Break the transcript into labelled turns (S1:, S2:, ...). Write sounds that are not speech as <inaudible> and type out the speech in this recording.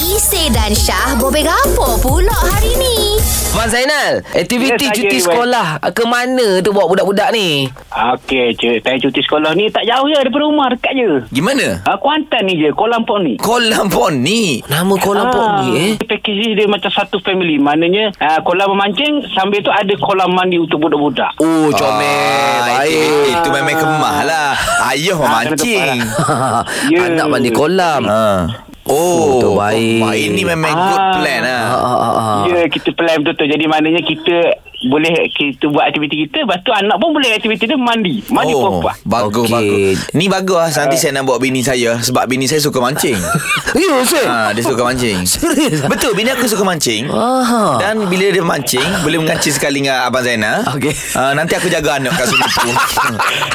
S1: Isi dan Syah bobek apa pula hari ni?
S2: Mak Zainal, aktiviti
S3: Ya, saya,
S2: cuti
S3: Iwan.
S2: sekolah ke mana tu buat budak-budak ni?
S3: Okey, cik. Saya cuti sekolah ni tak jauh je daripada rumah. Dekat je.
S4: Gimana?
S3: Uh, Kuantan ni je. Kuala Lumpur ni. Ah,
S4: Kolam poni.
S2: Nama kau nampak ni eh?
S3: Package ni dia macam satu family. Maknanya uh, kolam memancing sambil tu ada kolam mandi untuk budak-budak.
S2: Oh, comel.
S4: Itu,
S2: Baik.
S4: itu memang kemah lah. Ayuh memancing.
S2: <laughs>
S3: Ya.
S2: Anak mandi kolam.
S4: Ah. Oh,
S2: Betul, Ah. baik.
S4: wah, ini memang good
S3: Ah.
S4: plan lah.
S2: Ah, ah, ah, ah.
S3: Ya, kita plan betul-betul. Jadi maknanya kita boleh kita buat aktiviti kita. Lepas tu anak pun boleh aktiviti dia mandi. Mandi oh.
S4: Oh,
S3: perempuan.
S4: bagus,
S2: Okey.
S4: bagus. Ni bagus lah. Nanti saya nak bawa bini saya. Sebab bini saya suka
S2: <laughs>
S4: mancing.
S2: Ya, sir.
S4: ha, dia suka mancing.
S2: Serius?
S4: Betul, bini aku suka mancing.
S2: Ah.
S4: Dan bila dia mancing, boleh mengancing sekali dengan Abang Zainal.
S2: Okey. <laughs>
S4: Ah, nanti aku jaga anak kat sini tu.